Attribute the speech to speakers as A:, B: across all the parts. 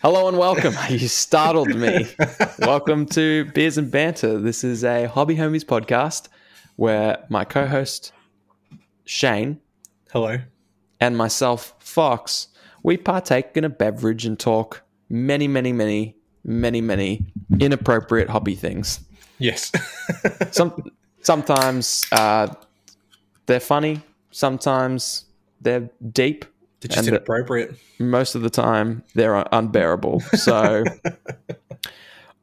A: Hello and welcome. you startled me. welcome to Beers and Banter. This is a Hobby Homies podcast where my co host Shane
B: Hello.
A: and myself, Fox, we partake in a beverage and talk many, many, many, many, many inappropriate hobby things.
B: Yes.
A: Some sometimes uh, they're funny, sometimes they're deep,
B: Did just
A: And, uh,
B: inappropriate?
A: most of the time they're un- unbearable. So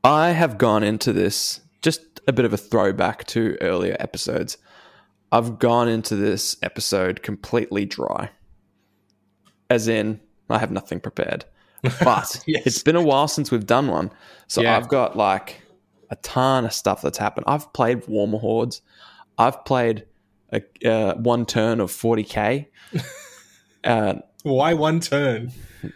A: I have gone into this just a bit of a throwback to earlier episodes. I've gone into this episode completely dry. As in, I have nothing prepared. But
B: Yes.
A: it's been a while since we've done one. So
B: Yeah.
A: I've got like a ton of stuff that's happened. I've played Warmer Hordes. I've played a, uh, one turn of 40K. Uh,
B: Why one turn?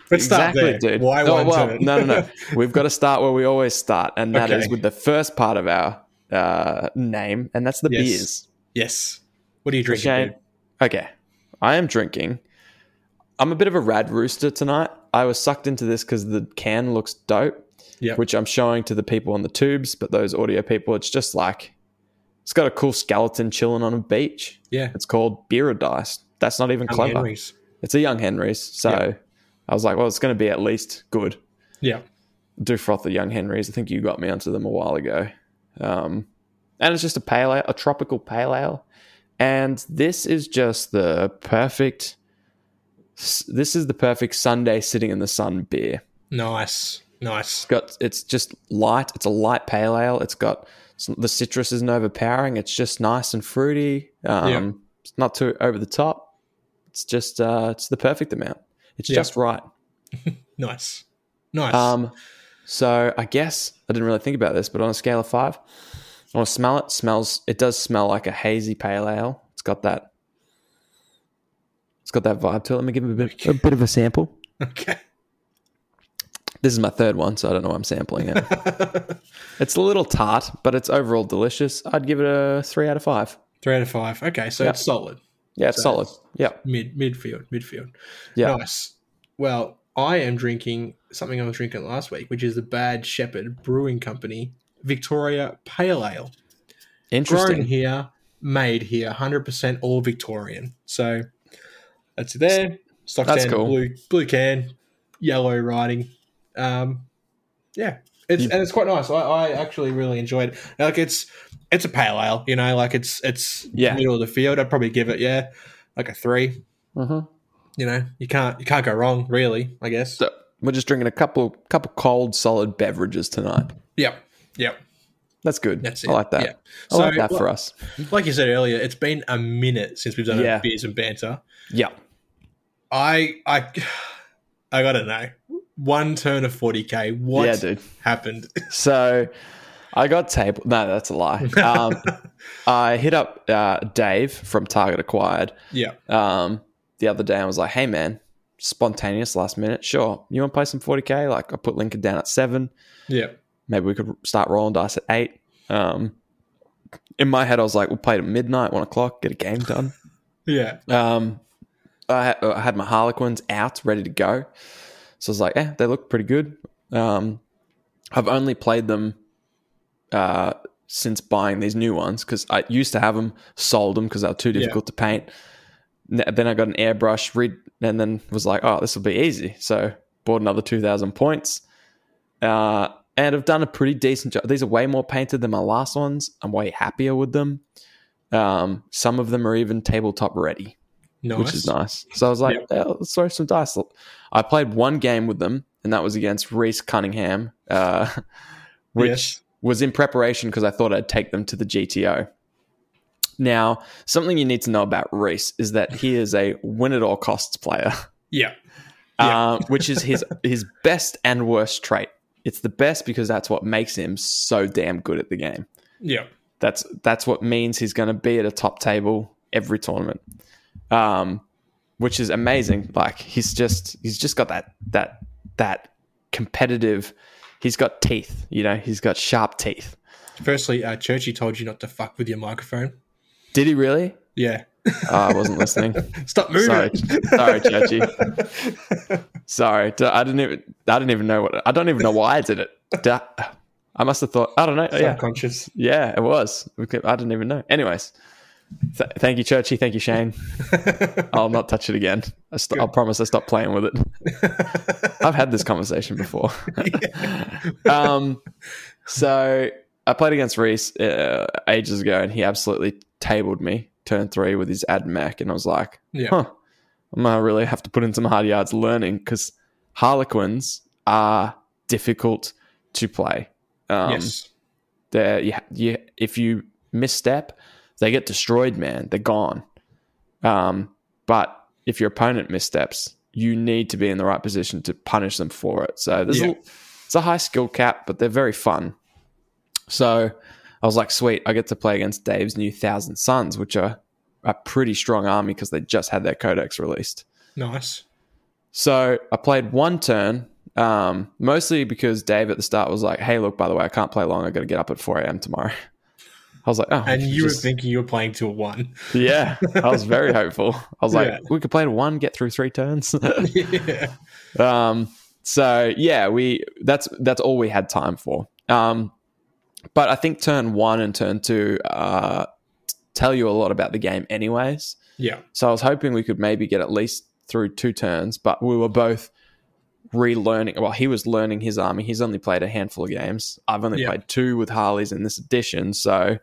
B: Let's start there. Why
A: Oh,
B: one
A: well,
B: turn?
A: no, no, no. We've got to start where we always start, and that is
B: Okay.
A: with the first part of our uh, name, and that's the
B: Yes.
A: beers.
B: yes. What are you drinking?
A: Shane,
B: dude?
A: okay, I am drinking. I'm a bit of a rad rooster tonight. I was sucked into this because the can looks dope,
B: Yep.
A: which I'm showing to the people on the tubes, but those audio people, it's just like it's got a cool skeleton chilling on a beach.
B: Yeah.
A: It's called beer dice. That's not even
B: Young
A: clever.
B: Henry's.
A: It's a young Henry's, so
B: Yeah.
A: I was like, well, it's going to be at least good.
B: Yeah.
A: do froth the young henrys i think you got me onto them a while ago um, and it's just a pale ale a tropical pale ale and this is just the perfect s- this is the perfect sunday sitting in the sun beer
B: Nice. Nice.
A: it's got it's just light it's a light pale ale it's got it's- the citrus isn't overpowering it's just nice and fruity um,
B: Yeah.
A: it's not too over the top it's just uh, it's the perfect amount it's
B: Yeah.
A: just right
B: Nice. Nice.
A: Um, so I guess I didn't really think about this, but on a scale of five, I want to smell it. Smells. It does smell like a hazy pale ale. It's got that. It's got that vibe to it. Let me give it a bit, a bit of a sample.
B: okay.
A: This is my third one, so I don't know why I'm sampling it. it's a little tart, but it's overall delicious. I'd give it a three out of five.
B: Three out of five. Okay, so
A: Yeah.
B: it's solid.
A: Yeah, it's
B: So-
A: solid. Yeah,
B: Mid midfield. Midfield.
A: Yeah.
B: Nice. Well, I am drinking something I was drinking last week, which is the Bad Shepherd Brewing Company Victoria Pale Ale. grown
A: interesting.
B: here, made here, 100% all Victorian. So that's it there. Stock
A: That's
B: standard
A: cool.
B: blue blue can, yellow writing. Um, yeah, it's
A: You-
B: and it's quite nice. I, I actually really enjoyed. It. Like it's it's a pale ale, you know, like it's it's
A: Yeah.
B: middle of the field. I'd probably give it yeah, like a three.
A: hmm
B: You know, you can't you can't go wrong, really. I guess.
A: So we're just drinking a couple, couple cold, solid beverages tonight.
B: Yep, yep.
A: That's good.
B: That's it.
A: I like that.
B: Yeah.
A: I like
B: So,
A: that for
B: what-
A: us.
B: Like you said earlier, it's been a minute since we've done
A: Yeah.
B: a beers and banter.
A: Yeah.
B: I I I gotta know. One turn of forty k. What
A: Yeah, dude.
B: happened?
A: So I got table. No, that's a lie. Um, I hit up uh, Dave from Target Acquired
B: yeah,
A: um, the other day and was like, hey, man, spontaneous last minute. Sure. You want to play some 40K? Like, I put Lincoln down at seven.
B: yeah,
A: Maybe we could start rolling dice at eight. Um, in my head, I was like, we'll play it at midnight, one o'clock, get a game done.
B: yeah,
A: Um, I, ha- I had my Harlequins out, ready to go. So I was like, eh, they look pretty good. Um, I've only played them uh, since buying these new ones because I used to have them, sold them because they were too difficult to paint. N- Then I got an airbrush, read, and then was like, oh, this will be easy. So bought another 2,000 points. Uh, and I've done a pretty decent job. These are way more painted than my last ones. I'm way happier with them. Um, some of them are even tabletop ready
B: nice.
A: which is nice. So I was like, "Oh, let's throw some dice. I played one game with them, and that was against Reese Cunningham, uh, which
B: Yes.
A: was in preparation because I thought I'd take them to the GTO. Now, something you need to know about Reese is that he is a win at all costs player,
B: Yeah,
A: uh, which is his his best and worst trait. It's the best because that's what makes him so damn good at the game.
B: yeah,
A: That's that's what means he's going to be at a top table every tournament, um, which is amazing. Like he's just he's just got that that that competitive. He's got teeth, you know. He's got sharp teeth.
B: Firstly, uh, Churchy told you not to fuck with your microphone.
A: Did he really?
B: Yeah,
A: Oh, I wasn't listening.
B: Stop moving.
A: Sorry, sorry, Chachi. Sorry, D- I didn't even. I didn't even know what. I don't even know why I did it. D- I must have thought. I don't know. Oh, Yeah,
B: Subconscious.
A: yeah, it was. I didn't even know. Anyways, th- thank you, Churchy. Thank you, Shane. I'll not touch it again. I st- I'll promise. I stop playing with it. I've had this conversation before. um, so I played against Reese uh, ages ago, and he absolutely tabled me turn three with his ad mac, and I was like,
B: yeah.
A: huh, I'm gonna really have to put in some hard yards learning because Harlequins are difficult to play. Um,
B: yes.
A: they're you, you, if you misstep, they get destroyed, man. They're gone. Um, but if your opponent missteps, you need to be in the right position to punish them for it. So there's
B: Yeah.
A: a, it's a high skill cap, but they're very fun. So I was like, sweet, I get to play against Dave's new Thousand Sons, which are a pretty strong army because they just had their codex released.
B: Nice.
A: So I played one turn, um, mostly because Dave at the start was like, "Hey, look, by the way, I can't play long. I got to get up at four a.m. tomorrow." I was like, "Oh,"
B: And you
A: just-
B: were thinking you were playing till one.
A: yeah. I was very hopeful. I was like,
B: Yeah.
A: "We could play to one, get through three turns."
B: yeah.
A: um, so yeah, we that's that's all we had time for. Um, but I think turn one and turn two uh, t- tell you a lot about the game, anyways.
B: Yeah.
A: So I was hoping we could maybe get at least through two turns, but we were both relearning. Well, he was learning his army. He's only played a handful of games. I've only
B: Yeah.
A: played two with Harleys in this edition. So,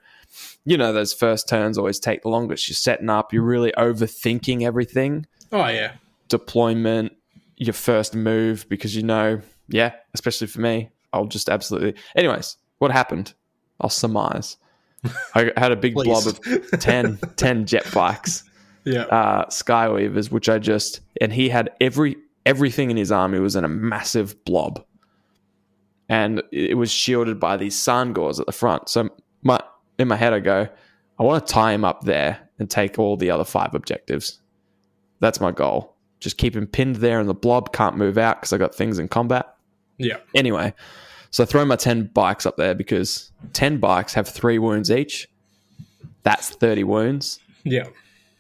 A: you know, those first turns always take the longest. You're setting up, you're really overthinking everything,
B: Oh yeah.
A: deployment, your first move, because you know, yeah, especially for me, I'll just absolutely. Anyways, what happened? I'll surmise. I had a big blob of
B: Please.
A: 10, 10 jet bikes
B: yeah.
A: uh, Skyweavers, which I just and he had every everything in his army was in a massive blob, and it was shielded by these sangors at the front. So my in my head, I go, I want to tie him up there and take all the other five objectives. That's my goal. Just keep him pinned there in the blob, can't move out because I got things in combat.
B: yeah.
A: Anyway, so I throw my 10 bikes up there because 10 bikes have three wounds each. That's 30 wounds
B: Yeah.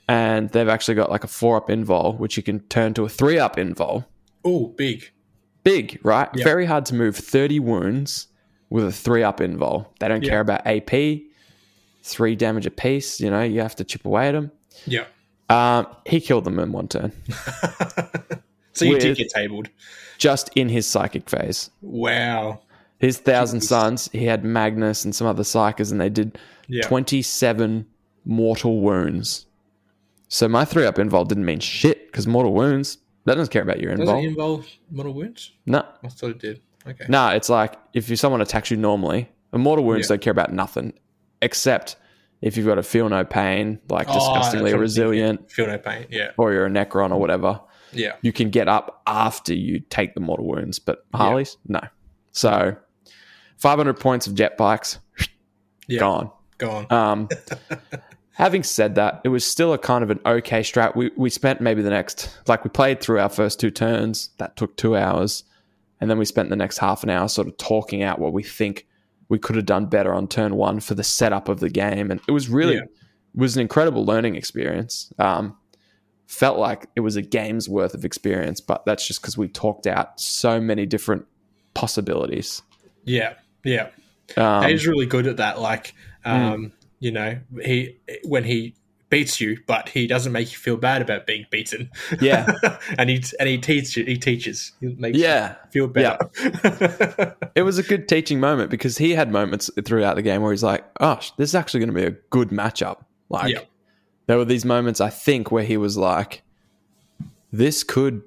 A: and they've actually got like a four up invol, which you can turn to a three up invol.
B: Oh, big.
A: Big, right?
B: Yeah.
A: Very hard to move 30 wounds with a three up invol. They don't
B: Yeah.
A: care about AP, three damage a piece. You know, you have to chip away at them.
B: Yeah.
A: Um, he killed them in one turn,
B: So you did
A: With-
B: get tabled.
A: just in his psychic phase.
B: Wow.
A: His thousand sons, he had Magnus and some other psychers, and they did
B: Yeah.
A: 27 mortal wounds. So my three up invol didn't mean shit because mortal wounds, that doesn't care about your
B: Does it
A: invol.
B: involve model wounds?
A: No.
B: I thought it did. Okay.
A: No, it's like if you, someone attacks you normally, immortal wounds
B: Yeah.
A: don't care about nothing, except if you've got a feel no pain, like
B: Oh,
A: disgustingly
B: that's what I'm thinking.
A: resilient,
B: Feel no pain. Yeah.
A: or you're a necron or whatever.
B: Yeah.
A: You can get up after you take the mortal wounds, but Harley's no. So, 500 points of jet bikes
B: Yeah.
A: gone.
B: Gone.
A: Um, having said that, it was still a kind of an okay strat. We we spent maybe the next like we played through our first two turns. That took two hours, and then we spent the next half an hour sort of talking out what we think we could have done better on turn one for the setup of the game. And it was really
B: Yeah.
A: was an incredible learning experience. Um, felt like it was a game's worth of experience, but that's just because we talked out so many different possibilities.
B: yeah. Yeah.
A: Um, Hmm.
B: He's really good at that. Like, um, you know, he when he beats you, but he doesn't make you feel bad about being beaten.
A: yeah,
B: and he and he teaches. He teaches. He makes
A: yeah.
B: you feel better.
A: it was a good teaching moment because he had moments throughout the game where he's like, "Oh, sh- this is actually going to be a good matchup." Like,
B: Yeah.
A: there were these moments I think where he was like, "This could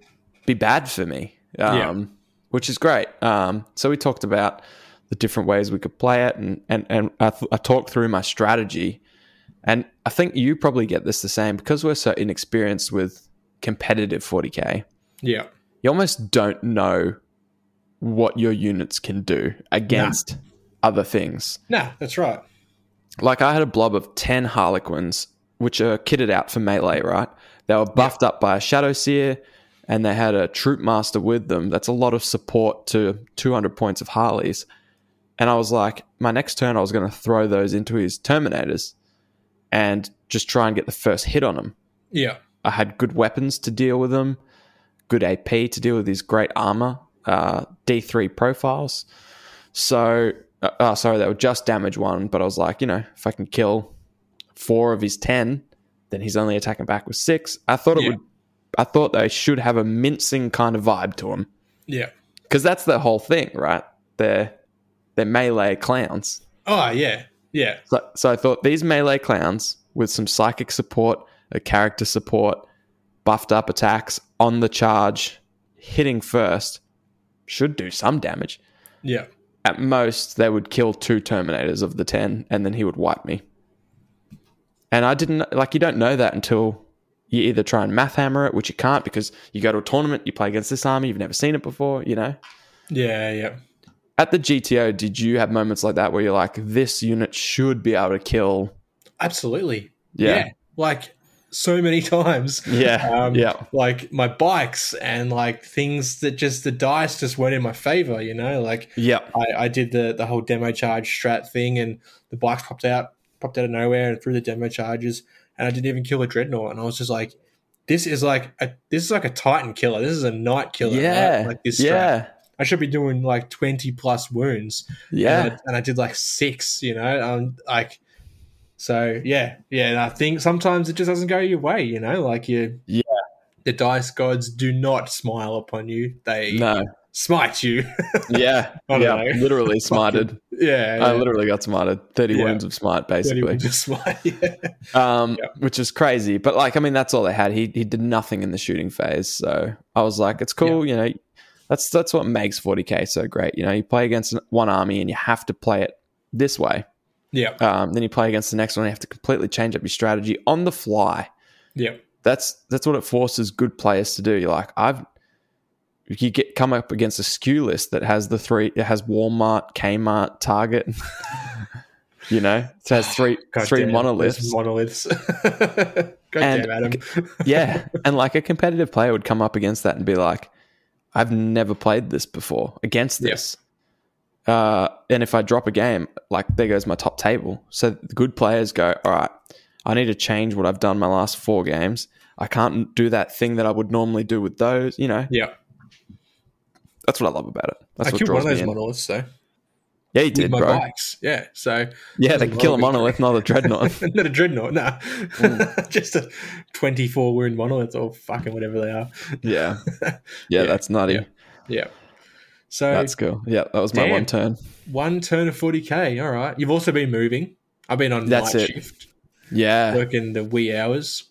A: be bad for me," um,
B: Yeah.
A: which is great. Um, so we talked about the different ways we could play it, and and and I, th- I talked through my strategy, and I think you probably get this the same because we're so inexperienced with competitive 40k
B: yeah.
A: you almost don't know what your units can do against other things.
B: No, that's right.
A: Like I had a blob of 10 Harlequins, which are kitted out for melee, right? They were buffed up by a Shadow Seer and they had a Troop Master with them. That's a lot of support to 200 points of Harleys. And I was like, my next turn, I was going to throw those into his Terminators. and just try and get the first hit on them.
B: Yeah.
A: I had good weapons to deal with them, good AP to deal with his great armor, uh, D3 profiles. So, uh, oh, sorry, that would just damage one, but I was like, you know, if I can kill four of his 10, then he's only attacking back with six. I thought it
B: Yeah.
A: would, I thought they should have a mincing kind of vibe to them
B: Yeah.
A: because that's the whole thing, right? They're, they're melee clowns.
B: Oh, yeah. Yeah.
A: So, so I thought these melee clowns with some psychic support, a character support, buffed up attacks on the charge, hitting first, should do some damage.
B: Yeah.
A: At most, they would kill two Terminators of the 10, and then he would wipe me. And I didn't, like, you don't know that until you either try and math hammer it, which you can't because you go to a tournament, you play against this army, you've never seen it before, you know?
B: Yeah. Yeah.
A: At the GTO, did you have moments like that where you're like, this unit should be able to kill?
B: Absolutely. Like so many times.
A: Yeah.
B: Um,
A: yeah.
B: Like my bikes and like things that just the dice just weren't in my favor, you know? Like
A: Yeah.
B: I, I did the the whole demo charge strat thing, and the bikes popped out, popped out of nowhere, and through the demo charges, and I didn't even kill a dreadnought, and I was just like, this is like a this is like a titan killer, this is a knight killer, right?
A: Yeah.
B: like this. Strat.
A: yeah.
B: I should be doing like twenty plus wounds,
A: Yeah.
B: and I, and I did like six, you know, um, like. So yeah, yeah, and I think sometimes it just doesn't go your way, you know, like you,
A: Yeah.
B: The dice gods do not smile upon you; they
A: No.
B: smite you.
A: Yeah.
B: I don't
A: yeah.
B: know.
A: Literally smarted.
B: yeah,
A: I
B: yeah.
A: literally got smarted. 30
B: Yeah.
A: wounds of smart,
B: That he
A: basically.
B: would just like-
A: Um,
B: Yeah.
A: Which is crazy. But, like, I mean, that's all they had. He, he did nothing in the shooting phase. So I was like, it's cool. You know, that's, that's what makes 40K so great. You know, you play against one army and you have to play it this way.
B: yeah,
A: Um, then you play against the next one. You have to completely change up your strategy on the fly.
B: yeah,
A: that's that's what it forces good players to do. You're like, I've you get come up against a skew list that has the three it has Walmart, Kmart, Target. you know, it has three
B: God
A: three
B: damn,
A: monoliths.
B: those monoliths. God damn,
A: And-
B: Adam.
A: yeah, and like a competitive player would come up against that and be like, I've never played this before against
B: Yeah.
A: this. Uh, and if I drop a game, like there goes my top table. So the good players go, all right, I need to change what I've done my last four games. I can't do that thing that I would normally do with those. You know,
B: Yeah,
A: that's what I love about it. That's
B: I
A: what
B: killed one
A: draws
B: of those
A: me in.
B: monoliths though.
A: yeah, you
B: With
A: did,
B: my
A: bro.
B: bikes. Yeah, so
A: Yeah, they
B: Those
A: kill a
B: monoliths.
A: monolith, not a dreadnought.
B: not a dreadnought, nah.
A: Mm.
B: Just a twenty-four wound monolith or fucking whatever they are.
A: yeah. yeah,
B: Yeah.
A: that's nutty.
B: Yeah. Yeah. So
A: That's cool. Yeah, that was my
B: Damn.
A: one turn.
B: one turn of forty k. All right. You've also been moving. I've been on
A: That's
B: night
A: it.
B: shift,
A: Yeah,
B: working the wee hours.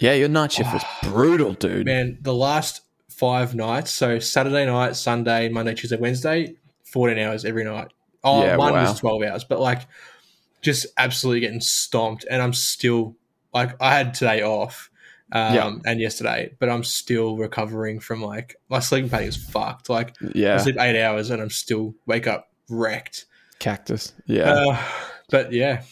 A: yeah, your night shift was brutal, dude.
B: Oh, Man, the last five nights, so Saturday night, Sunday, Monday, Tuesday, Wednesday, 14 hours every night. Oh,
A: Yeah,
B: mine
A: wow.
B: was 12 hours, but like just absolutely getting stomped. And I'm still, like, I had today off um,
A: Yeah.
B: and yesterday, but I'm still recovering from like, my sleeping pattern is fucked. Like,
A: yeah,
B: I sleep eight hours and I'm still wake up wrecked.
A: Cactus. Yeah.
B: Uh, but yeah.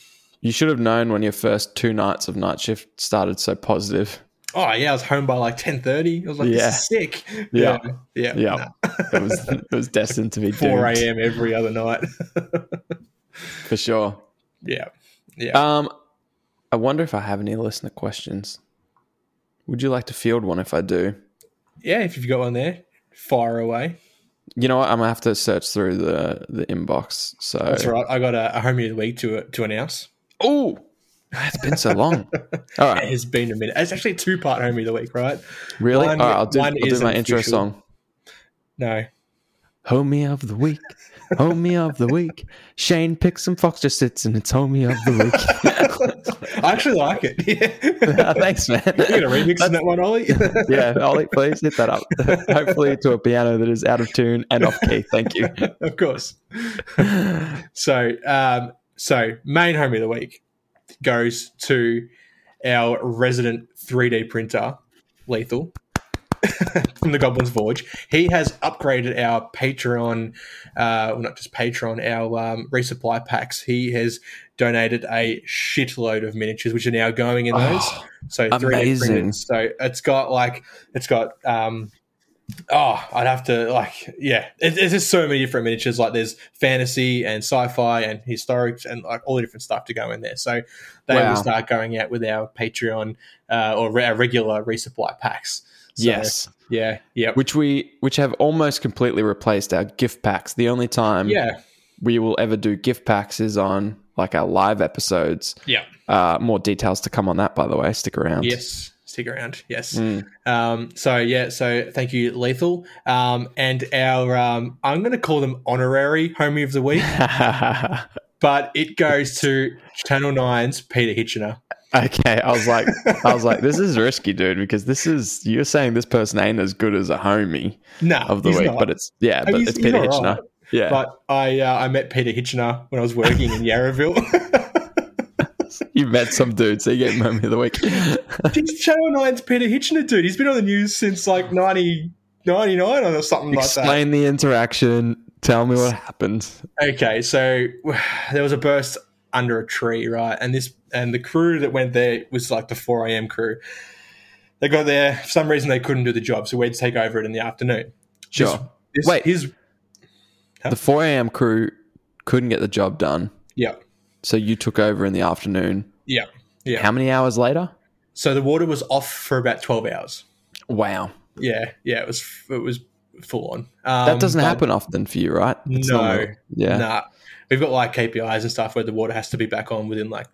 A: you should have known when your first two nights of night shift started so positive.
B: Oh yeah, I was home by like ten thirty. I was like,
A: Yeah.
B: "This is sick."
A: Yeah.
B: yeah,
A: Yeah.
B: Nah.
A: It was it was destined to be
B: Four
A: doomed
B: a.m. every other night.
A: for sure.
B: yeah,
A: Um I wonder if I have any listener questions. Would you like to field one if I do?
B: yeah, if you've got one there, fire away.
A: You know what? I'm gonna have to search through the the inbox. So
B: That's all right. I got a, a homie of the week to to announce.
A: Oh it's been so long. All right.
B: It's been a minute. It's actually two part homie of the week, right?
A: Really?
B: Mine-
A: All right, I'll do, I'll
B: mine
A: do
B: is
A: my intro
B: official.
A: song.
B: No,
A: Homie of the week. Homie of the week. Shane picks and Fox just sits and it's homie of the week.
B: I actually like it. Yeah.
A: Thanks, man.
B: You're gonna remix in that one, Ollie.
A: yeah, Ollie, please hit that up. Hopefully to a piano that is out of tune and off key. Thank you.
B: of course. So, um, so main homie of the week goes to our resident 3D printer, Lethal, from the Goblin's Forge. He has upgraded our Patreon, uh, well, not just Patreon, our um, resupply packs. He has donated a shitload of miniatures, which are now going in those.
A: Oh,
B: so 3D
A: amazing.
B: printed. So it's got like it's got um, Oh, I'd have to like, yeah. It, there's just so many different miniatures. Like, there's fantasy and sci-fi and historics and like all the different stuff to go in there. So they
A: Wow.
B: will start going out with our Patreon uh, or re- our regular resupply packs. So,
A: yes,
B: Yeah. Yeah.
A: which we which have almost completely replaced our gift packs. The only time
B: Yeah.
A: we will ever do gift packs is on like our live episodes.
B: Yeah.
A: Uh, more details to come on that, by the way. Stick around.
B: Yes. Stick around. Yes.
A: Mm.
B: Um, so yeah, so thank you, Lethal, um, and our um, I'm going to call them honorary homie of the week, but it goes to Channel 9's Peter Hitchener.
A: okay, I was like, I was like, this is risky, dude, because this is you're saying this person ain't as good as a homie
B: Nah,
A: of the
B: he's
A: week,
B: not. Oh,
A: but it's yeah, but
B: he's-
A: it's
B: he's
A: Peter
B: all
A: Hitchener.
B: right.
A: Yeah,
B: But I uh, I met Peter Hitchener when I was working in Yarraville.
A: you met some dude, so you get homie of the week.
B: He's Channel 9's Peter Hitchener, dude. He's been on the news since like 90, 99 or something like that.
A: Explain the interaction. Tell me what happened.
B: Okay, so there was a burst under a tree, right? And this and the crew that went there was like the four AM crew. They got there for some reason they couldn't do the job, so we had to take over it in the afternoon.
A: Sure.
B: This,
A: Wait.
B: his
A: The 4 a.m. crew couldn't get the job done,
B: yeah,
A: so you took over in the afternoon.
B: yeah, yeah.
A: How many hours later?
B: So the water was off for about twelve hours.
A: Wow,
B: Yeah, yeah, it was it was full on. Um,
A: that doesn't
B: but-
A: happen often for you, right?
B: No.
A: normally- yeah.
B: Nah, we've got like KPIs and stuff where the water has to be back on within like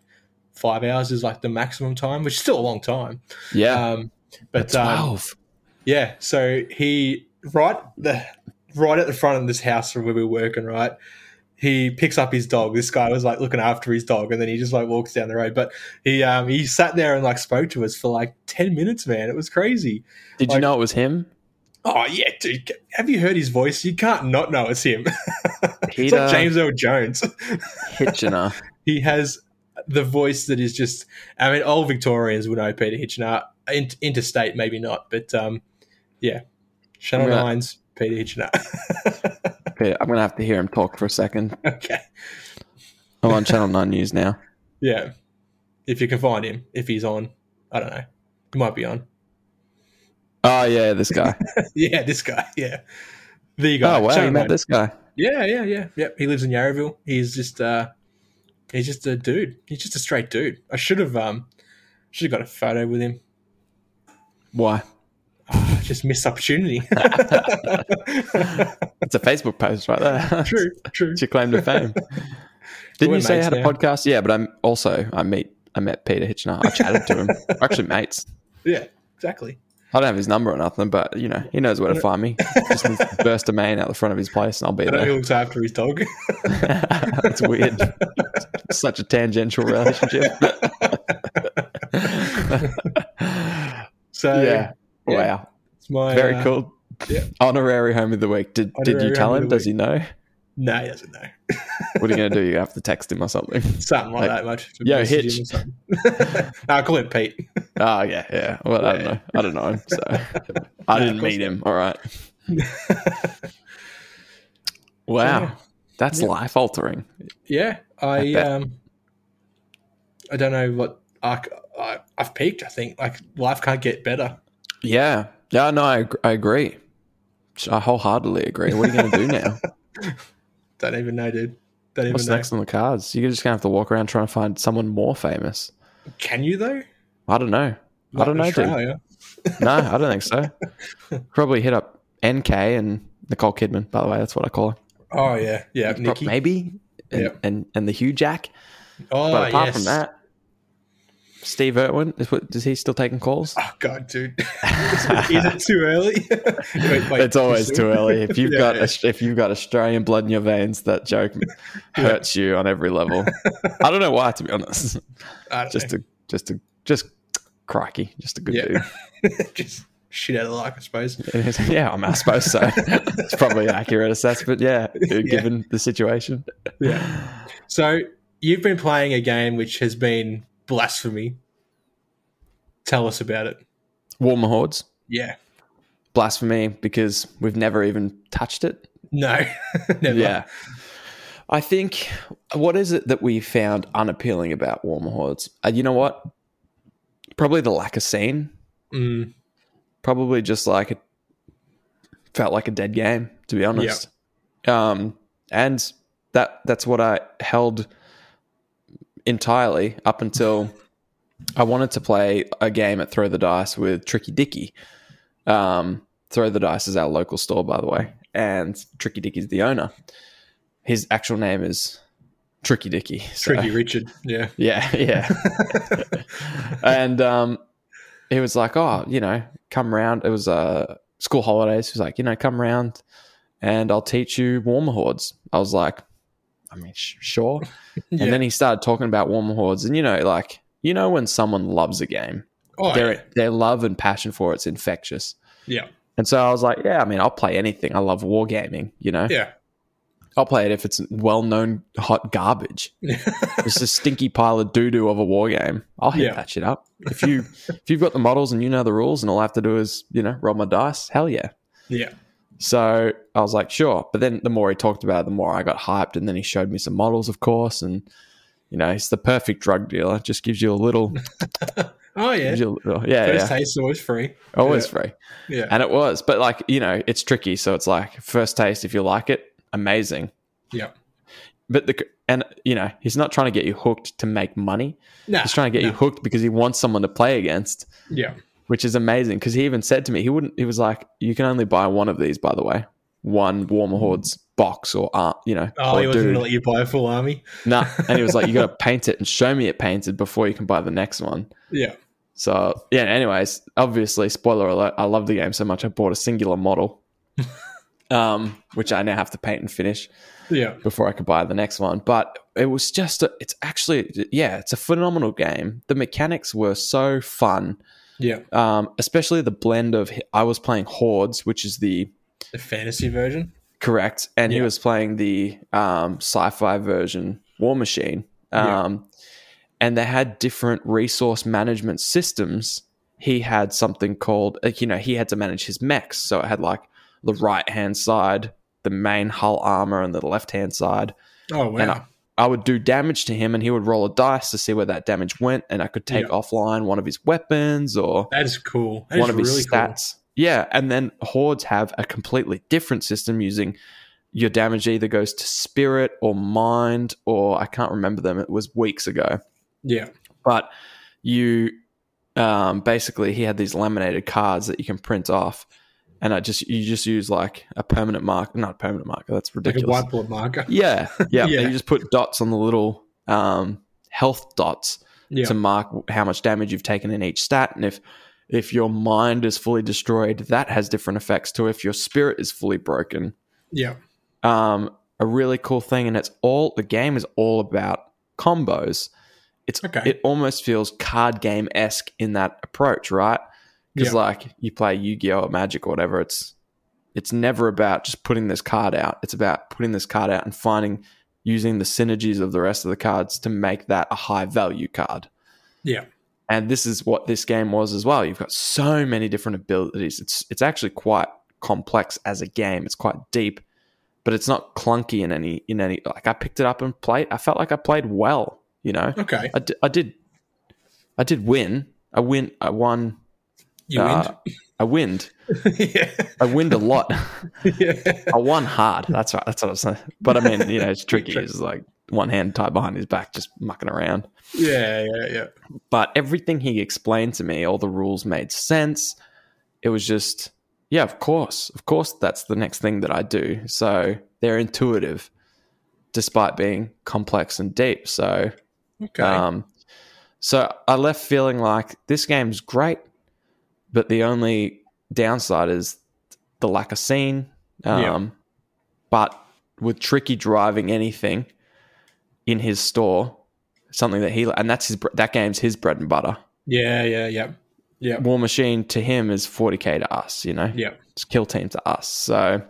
B: five hours is like the maximum time, which is still a long time.
A: Yeah.
B: Um, but um,
A: Twelve.
B: Yeah, so he right the right at the front of this house from where we we're working, right? He picks up his dog. This guy was like looking after his dog, and then he just like walks down the road. But he um, he sat there and like spoke to us for like ten minutes, man. It was crazy.
A: Did you
B: like-
A: know it was him?
B: Oh yeah, dude. Have you heard his voice? You can't not know it's him. it's
A: Peter
B: like James Earl Jones.
A: Hitchener.
B: he has the voice that is just. I mean, all Victorians would know Peter Hitchener. In, interstate, maybe not, but um, yeah, Channel
A: Yeah.
B: Nine's Peter Hitchener.
A: Peter, I'm gonna have to hear him talk for a second.
B: okay.
A: I'm on Channel Nine News now.
B: Yeah. If you can find him, if he's on, I don't know. He might be on.
A: Oh yeah, this guy.
B: yeah, this guy. Yeah. The guy.
A: Oh wow, you
B: Channel
A: met
B: Nine.
A: this guy.
B: Yeah, yeah, yeah. Yep. He lives in Yarraville. He's just uh he's just a dude. He's just a straight dude. I should have um should have got a photo with him.
A: Why?
B: Ah, just missed opportunity.
A: It's a Facebook post right there.
B: true, true.
A: it's your claim to fame. Didn't
B: We're
A: you say you had
B: mates
A: a
B: now.
A: podcast? Yeah, but I'm also I meet I met Peter Hitchener. I chatted to him. We're actually mates.
B: Yeah, exactly.
A: I don't have his number or nothing, but you know, he knows where to find me. Just needs to burst a main out the front of his place and I'll be
B: I know he
A: there.
B: looks after his dog.
A: That's weird. Such a tangential relationship.
B: So
A: yeah.
B: yeah.
A: Wow.
B: it's my
A: Very
B: uh,
A: cool.
B: yeah.
A: Honorary home of the week. Did did you
B: Honorary
A: tell
B: home of
A: him?
B: the
A: Does he know?
B: No, he doesn't know.
A: What are you gonna do? You have to text him or something.
B: Something like,
A: Like,
B: that much.
A: "Yo,
B: Message
A: Hitch."
B: him or something. no, I call him Pete.
A: Oh yeah, yeah. Well, I don't
B: Ah, Yeah.
A: know. I don't know him, so I
B: No,
A: didn't
B: of course
A: meet him. All right. wow,
B: yeah.
A: that's
B: Yeah.
A: life altering.
B: Yeah, I
A: I bet.
B: um, I don't know what I, I I've peaked. I think like life can't get better.
A: Yeah, yeah. No, I ag- I agree. I wholeheartedly agree. What are you going to do now?
B: Don't even know, dude. Don't even
A: What's
B: know.
A: next on the cards? You're just going to have to walk around trying to find someone more famous.
B: Can you though?
A: I don't know. I
B: Like
A: don't know, dude.
B: Australia.
A: No, I don't think so. Probably hit up NK and Nicole Kidman. By the way, that's what I call her.
B: Oh yeah, yeah,
A: Pro-
B: Nikki.
A: Maybe. And,
B: Yep.
A: and and the Hugh Jack.
B: Oh
A: But apart
B: yes.
A: from that, Steve Irwin is what is he still taking calls?
B: Oh god, dude. Is it too early? Wait, wait,
A: it's always
B: soon?
A: too early. If you've
B: Yeah,
A: got
B: yeah.
A: Aus- if you've got Australian blood in your veins, that joke hurts you on every level. I don't know why, to be honest.
B: I don't
A: Just
B: know.
A: a just a just crikey, just a good
B: Yeah. just shit out of luck, I suppose.
A: dude. yeah, I'm, I suppose so. it's probably an accurate assessment. Yeah, given the situation.
B: Yeah. So you've been playing a game which has been blasphemy. Tell us about it.
A: Warmer hordes,
B: Yeah.
A: blasphemy, because we've never even touched it.
B: No. Never.
A: Yeah. I think what is it that we found unappealing about Warmer Hordes? Uh, you know what? Probably the lack of scene.
B: Mm,
A: Probably just like it, felt like a dead game, to be honest. Um, and that that's what I held entirely up until I wanted to play a game at Throw the Dice with Tricky Dicky. Um, Throw the Dice is our local store, by the way, and Tricky Dicky's the owner. His actual name is Tricky Dicky. so-
B: Tricky Richard. Yeah.
A: yeah, yeah. and um, he was like, "Oh, you know, come round." It was uh, school holidays. He was like, "You know, come round, and I'll teach you warmer hordes." I was like, "I mean, sh- sure."
B: Yeah.
A: And then he started talking about warmer hordes, and you know, like you know, when someone loves a game,
B: oh, yeah.
A: their their love and passion for it's infectious.
B: yeah.
A: And so I was like, "Yeah, I mean, I'll play anything. I love wargaming. You know,
B: Yeah.
A: I'll play it if it's well known hot garbage." it's a stinky pile of doo doo of a war game. I'll hit
B: Yeah.
A: that shit up. If you if you've got the models and you know the rules, and all I have to do is you know roll my dice. Hell yeah!
B: yeah.
A: So I was like, sure. But then the more he talked about it, the more I got hyped. And then he showed me some models, of course, and you know he's the perfect drug dealer. Just gives you a little,
B: Oh, yeah.
A: gives you a little yeah,
B: First
A: yeah, Uh,
B: taste is always free.
A: always
B: yeah.
A: free.
B: Yeah.
A: And it was, but like you know, it's tricky. So it's like first taste. If you like it, amazing.
B: Yeah.
A: But the and you know he's not trying to get you hooked to make money.
B: Nah.
A: He's trying to get you
B: nah.
A: hooked because he wants someone to play against,
B: Yeah.
A: which is amazing. Because he even said to me, he wouldn't. He was like, "You can only buy one of these, by the way, one Warmer Hordes box or art, you know."
B: Hmm. Oh,
A: or
B: he wasn't going
A: dude."
B: to let you buy a full army.
A: nah. And he was like, "You got to paint it and show me it painted before you can buy the next one."
B: Yeah.
A: So yeah. Anyways, obviously, spoiler alert. I love the game so much. I bought a singular model, um, which I now have to paint and finish
B: Yeah.
A: before I could buy the next one. But it was just, a, it's actually, yeah, it's a phenomenal game. The mechanics were so fun,
B: Yeah.
A: um, especially the blend of I was playing Hordes, which is the
B: The fantasy version.
A: correct, and he
B: Yeah.
A: was playing the um, sci fi version, War Machine.
B: Yeah.
A: Um, And they had different resource management systems. He had something called, like, you know, he had to manage his mechs. So it had like the right hand side, the main hull armor, and the left hand side.
B: Oh,
A: And
B: wow.
A: I, I would do damage to him, and he would roll a dice to see where that damage went, and I could take
B: Yeah.
A: offline one of his weapons or
B: That is cool. That is
A: one of his
B: really
A: stats. Yeah, and then hordes have a completely different system using your damage either goes to spirit or mind or I can't remember them. It was weeks ago,
B: cool. Yeah.
A: but you um, basically he had these laminated cards that you can print off. And I just you just use like a permanent marker, not a permanent marker. That's
B: Like a
A: ridiculous.
B: whiteboard marker.
A: Yeah, yeah.
B: Yeah.
A: You just put dots on the little um, health dots
B: Yeah.
A: to mark how much damage you've taken in each stat, and if if your mind is fully destroyed, that has different effects to if your spirit is fully broken.
B: Yeah.
A: Um, a really cool thing, and it's all the game is all about combos. It's
B: Okay.
A: it almost feels card game esque in that approach, right? Because
B: Yeah.
A: like you play Yu Gi Oh or Magic or whatever, it's it's never about just putting this card out. It's about putting this card out and finding using the synergies of the rest of the cards to make that a high value card.
B: Yeah.
A: And this is what this game was as well. You've got so many different abilities. It's it's actually quite complex as a game. It's quite deep, but it's not clunky in any in any like I picked it up and played. I felt like I played well, you know.
B: Okay.
A: I, d- I did I did win. I win I won
B: You
A: uh, I winned.
B: win. yeah.
A: I winned a lot.
B: yeah.
A: I won hard. That's right. That's what I was saying. But I mean, you know, it's tricky. It's like one hand tied behind his back, just mucking around.
B: Yeah. Yeah. Yeah.
A: But everything he explained to me, all the rules made sense. It was just, yeah, of course. Of course, that's the next thing that I do. So they're intuitive despite being complex and deep. So,
B: Okay.
A: um, so I left feeling like this game's great, but the only downside is the lack of scene. Um,
B: Yeah.
A: But with Tricky driving anything in his store, something that he and that's his bre- that game's his bread and butter.
B: yeah. Yeah. Yeah. Yeah.
A: War Machine to him is 40k to us. You know,
B: Yeah.
A: it's kill team to us. So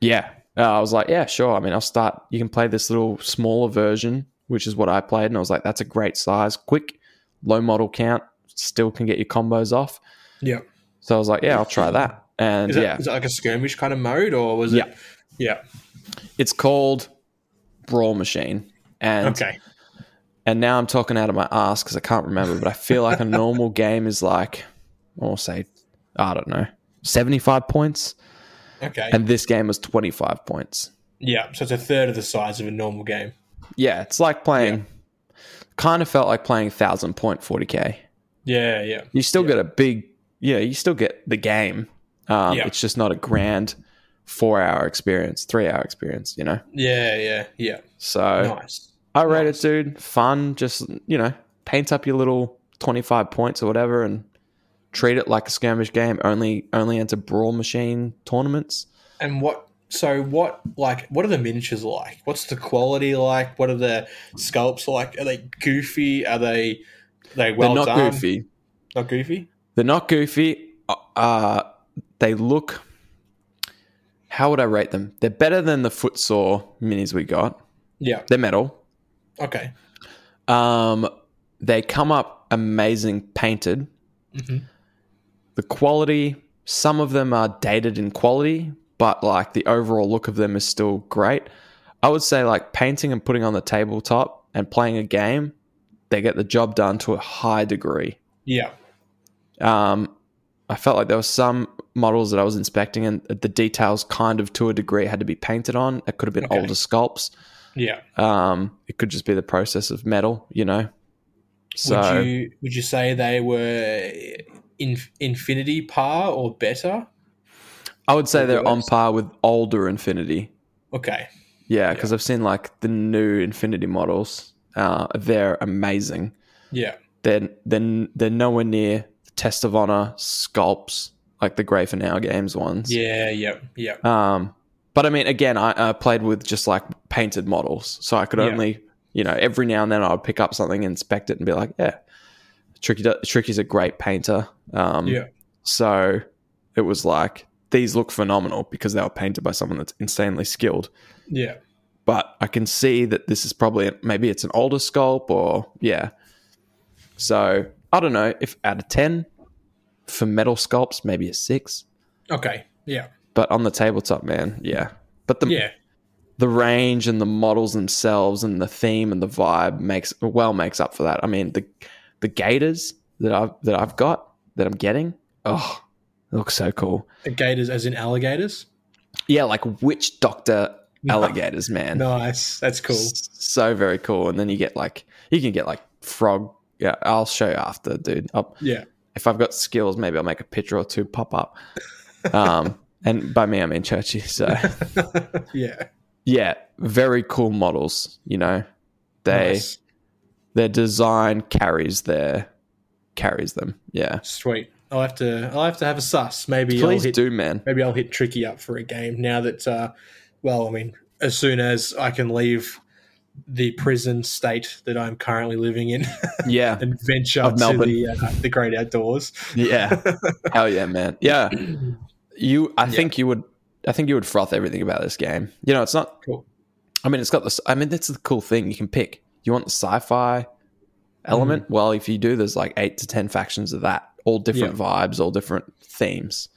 A: yeah, uh, I was like, yeah, sure. I mean, I'll start. You can play this little smaller version, which is what I played, and I was like, that's a great size, quick, low model count, still can get your combos off.
B: Yeah.
A: So I was like, yeah, I'll try that. And
B: Is that,
A: yeah,
B: is that like a skirmish kind of mode or was
A: Yeah.
B: it? Yeah.
A: it's called Brawl Machine, and
B: Okay.
A: and now I'm talking out of my ass because I can't remember, but I feel like a normal game is like, I'll say, I don't know, seventy five points.
B: Okay.
A: and this game was 25 points.
B: yeah. So it's a third of the size of a normal game.
A: Yeah, it's like playing. Kind of felt like playing thousand point 40k.
B: Yeah. Yeah.
A: You still get a big, yeah, you still get the game. Um,
B: Yeah.
A: It's just not a grand four hour experience, three hour experience, you know.
B: Yeah. Yeah. Yeah.
A: So
B: Nice.
A: I rate it, dude. Fun, just you know, paint up your little twenty-five points or whatever, and treat it like a skirmish game. Only only enter brawl machine tournaments.
B: And what? So what? Like, what are the miniatures like? What's the quality like? What are the sculpts like? Are they goofy? Are they? Are they well
A: They're not
B: done?
A: goofy.
B: Not goofy.
A: They're not goofy. Uh, they look. How would I rate them? They're better than the footsaw minis we got.
B: Yeah.
A: They're metal.
B: Okay.
A: Um, they come up amazing painted.
B: Mhm.
A: The quality, some of them are dated in quality, but like the overall look of them is still great. I would say like painting and putting on the tabletop and playing a game, they get the job done to a high degree.
B: Yeah.
A: Um, I felt like there were some models that I was inspecting and the details kind of to a degree had to be painted on. It could have been
B: Okay.
A: older sculpts.
B: Yeah.
A: Um, it could just be the process of metal, you know. So
B: would you would you say they were in, infinity par or better?
A: I would say
B: Like the
A: they're on
B: worst?
A: par with older Infinity.
B: Okay.
A: Yeah, because I've seen like the new Infinity models. Uh, they're amazing.
B: Yeah.
A: They're, they're they're nowhere near the Test of Honor sculpts like the Grey for Now games ones.
B: Yeah. Yep. Yep.
A: Um, but I mean, again, I, I played with just like painted models, so I could
B: Yeah.
A: only you know every now and then I would pick up something, inspect it, and be like, yeah, Tricky do- Tricky's a great painter. Um,
B: Yeah.
A: So it was like these look phenomenal because they were painted by someone that's insanely skilled.
B: Yeah.
A: But I can see that this is probably maybe it's an older sculpt or yeah. So I don't know if out of ten for metal sculpts maybe a six,
B: Okay. Yeah.
A: but on the tabletop man, yeah. But the
B: Yeah.
A: the range and the models themselves and the theme and the vibe makes well makes up for that. I mean the the gators that I've that I've got that I'm getting, oh, it looks so cool.
B: The gators, as in alligators.
A: Yeah, like witch doctor alligators, man.
B: Nice. That's cool.
A: So very cool. And then you get like you can get like frog. Yeah, I'll show you after, dude. I'll,
B: Yeah.
A: if I've got skills, maybe I'll make a picture or two pop up. Um, and by me, I mean Churchy. So
B: Yeah.
A: yeah, very cool models. You know, they
B: Nice.
A: their design carries their carries them. Yeah,
B: Sweet. I'll have to. I'll have to have a sus. Maybe I'll
A: please
B: hit.
A: do, man.
B: Maybe I'll hit tricky up for a game now that. Uh, well, I mean, as soon as I can leave the prison state that I'm currently living in
A: Yeah,
B: and venture
A: Of
B: to
A: Melbourne.
B: the uh, the great outdoors.
A: yeah, hell yeah, man. Yeah, you. I think you would. I think you would froth everything about this game. You know, it's not.
B: Cool.
A: I mean, it's got this. I mean, that's the cool thing. You can pick. You want the sci-fi element?
B: Mm-hmm.
A: Well, if you do, there's like eight to ten factions of that, all different vibes, all different themes.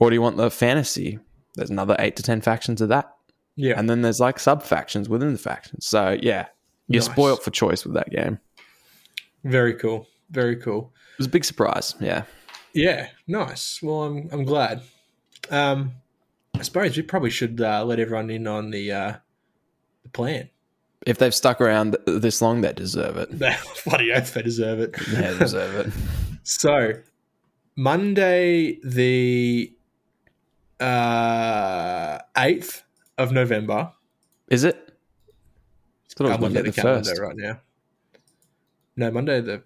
A: Or do you want the fantasy? There's another eight to ten factions of that.
B: Yeah.
A: and then there's like sub factions within the factions. So yeah, you're
B: Nice.
A: spoilt for choice with that game.
B: Very cool. Very cool.
A: It was a big surprise. Yeah,
B: Yeah, nice. Well, I'm I'm glad. Um, I suppose we probably should uh, let everyone in on the uh, the plan.
A: if they've stuck around th- this long, they deserve it.
B: Bloody oath, they deserve it.
A: They deserve it.
B: So, Monday the uh eighth of November.
A: Is it? I thought it was
B: I'm looking
A: Monday
B: at
A: the
B: the calendar
A: first.
B: right now. No, Monday the.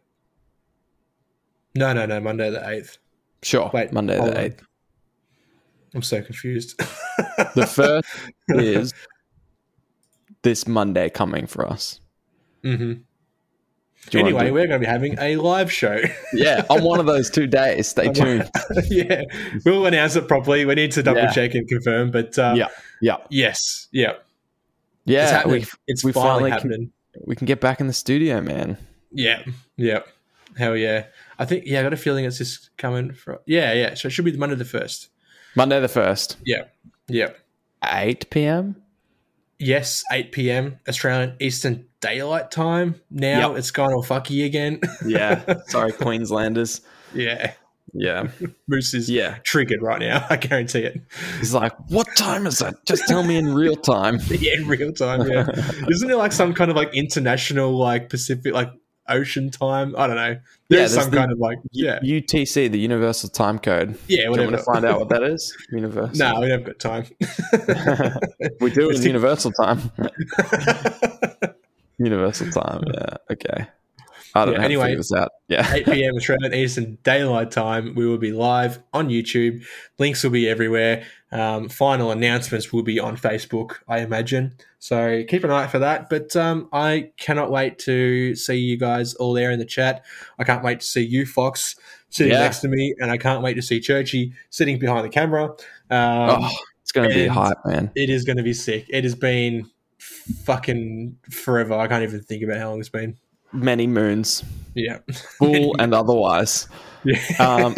B: No, no, no, Monday the eighth.
A: Sure,
B: Wait,
A: Monday
B: hold on.
A: the eighth.
B: I'm so confused.
A: The first is this Monday coming for us.
B: hmm
A: Do you wanna
B: Anyway,
A: do-
B: we're going to be having a live show.
A: yeah, on one of those two days. Stay tuned.
B: yeah, we'll announce it properly. We need to double
A: Yeah.
B: check and confirm, but uh,
A: Yeah. Yeah,
B: yes, yeah, it's
A: yeah.
B: happening.
A: We,
B: it's
A: we finally
B: finally,
A: can-
B: happening.
A: we can get back in the studio, man.
B: Yeah, yeah, hell yeah. I think yeah, I got a feeling it's just coming from. Yeah, yeah. So it should be the Monday the first.
A: Monday the first,
B: Yeah, yeah.
A: eight p.m.
B: Yes, eight p.m. Australian Eastern Daylight Time. Now
A: Yep.
B: it's gone all fucky again.
A: Yeah, sorry, Queenslanders.
B: yeah,
A: Yeah.
B: Moose is
A: Yeah.
B: triggered right now. I guarantee it.
A: He's like, what time is it? Just tell me in real time.
B: Yeah, in real time. Yeah, isn't there like some kind of like international like Pacific like ocean time? I don't know.
A: Yeah,
B: There's
A: there's
B: some
A: the-
B: kind of like yeah,
A: UTC, the Universal Time Code.
B: yeah,
A: Do you want
B: whatever.
A: me to find out what that is? Universal.
B: No, we haven't got time.
A: we do it
B: It's
A: in
B: the-
A: Universal Time. universal Time. Yeah. Okay. I don't
B: Yeah,
A: know. Anyway,
B: anyway.
A: how to figure this out. Yeah.
B: 8 p.m. Australian Eastern Daylight Time. We will be live on YouTube. Links will be everywhere. Um, final announcements will be on Facebook, I imagine. So keep an eye out for that. But um, I cannot wait to see you guys all there in the chat. I can't wait to see you, Fox, sitting
A: Yeah.
B: next to me, and I can't wait to see Churchy sitting behind the camera. Um,
A: oh, it's going to be
B: and-
A: hype, man.
B: It is going to be sick. It has been fucking forever. I can't even think about how long it's been.
A: Many moons,
B: Yeah.
A: full and otherwise.
B: yeah.
A: Um,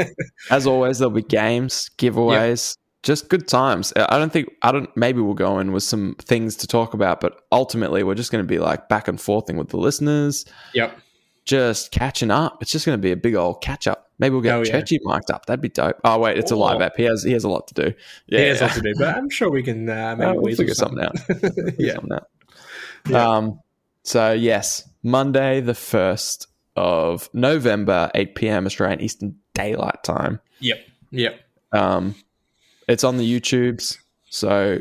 A: as always, there'll be games, giveaways, just good times. I I don't think I don't. Maybe we'll go in with some things to talk about, but ultimately, we're just going to be like back and forthing with the listeners,
B: yep.
A: just catching up. It's just going to be a big old catch up. Maybe we'll get
B: Oh, yeah.
A: Churchy mic'd up. That'd be dope. Oh wait, it's a live
B: Oh.
A: app. He has he has a lot to do. Yeah,
B: Yeah, it's
A: yeah.
B: not to do, but I'm sure we can uh,
A: Uh,
B: maybe
A: we'll
B: weasel
A: figure something out.
B: yeah,
A: something out.
B: Yeah.
A: Um, so yes, Monday the first of November, eight PM Australian Eastern Daylight Time.
B: yep, yep.
A: Um, it's on the YouTubes, so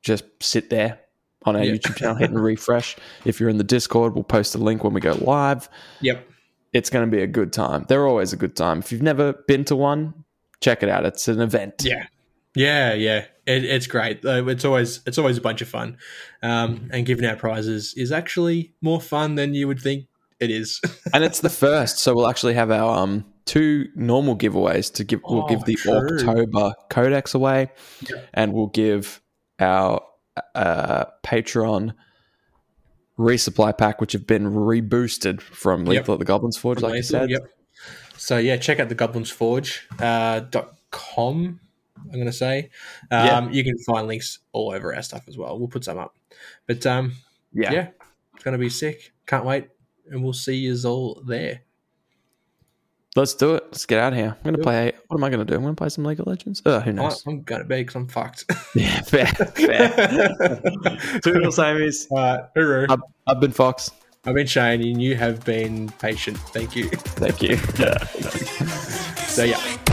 A: just sit there on our
B: Yeah.
A: YouTube channel, hit and refresh. If you're in the Discord, we'll post a link when we go live.
B: Yep.
A: It's going to be a good time. They're always a good time. If you've never been to one, check it out. It's an event.
B: Yeah. Yeah, yeah. It, it's great. Uh, It's always it's always a bunch of fun, um, and giving out prizes is actually more fun than you would think it is.
A: and it's the first, so we'll actually have our um two normal giveaways to give. We'll
B: Oh,
A: give the
B: true.
A: October Codex away,
B: Yeah.
A: and we'll give our uh, Patreon resupply pack, which have been reboosted from
B: Yep.
A: Lethal at the Goblins Forge, like you said.
B: Yep. So yeah, check out the Goblins Forge uh, dot com. I'm gonna say, um, you can find links all over our stuff as well. We'll put some up, but um,
A: Yeah.
B: yeah, it's gonna be sick. Can't wait, and we'll see you all there.
A: let's do it. Let's get out of here. I'm gonna
B: Yep.
A: play. What am I gonna do? I'm gonna play some League of Legends. Oh, who knows?
B: I- I'm gonna be because I'm fucked.
A: yeah, fair, fair.
B: Toodles.
A: Amy's.
B: Uh, hooroo.
A: I've, I've been Fox.
B: I've been Shane, and you have been patient. Thank you.
A: Thank you.
B: So yeah.
C: Thank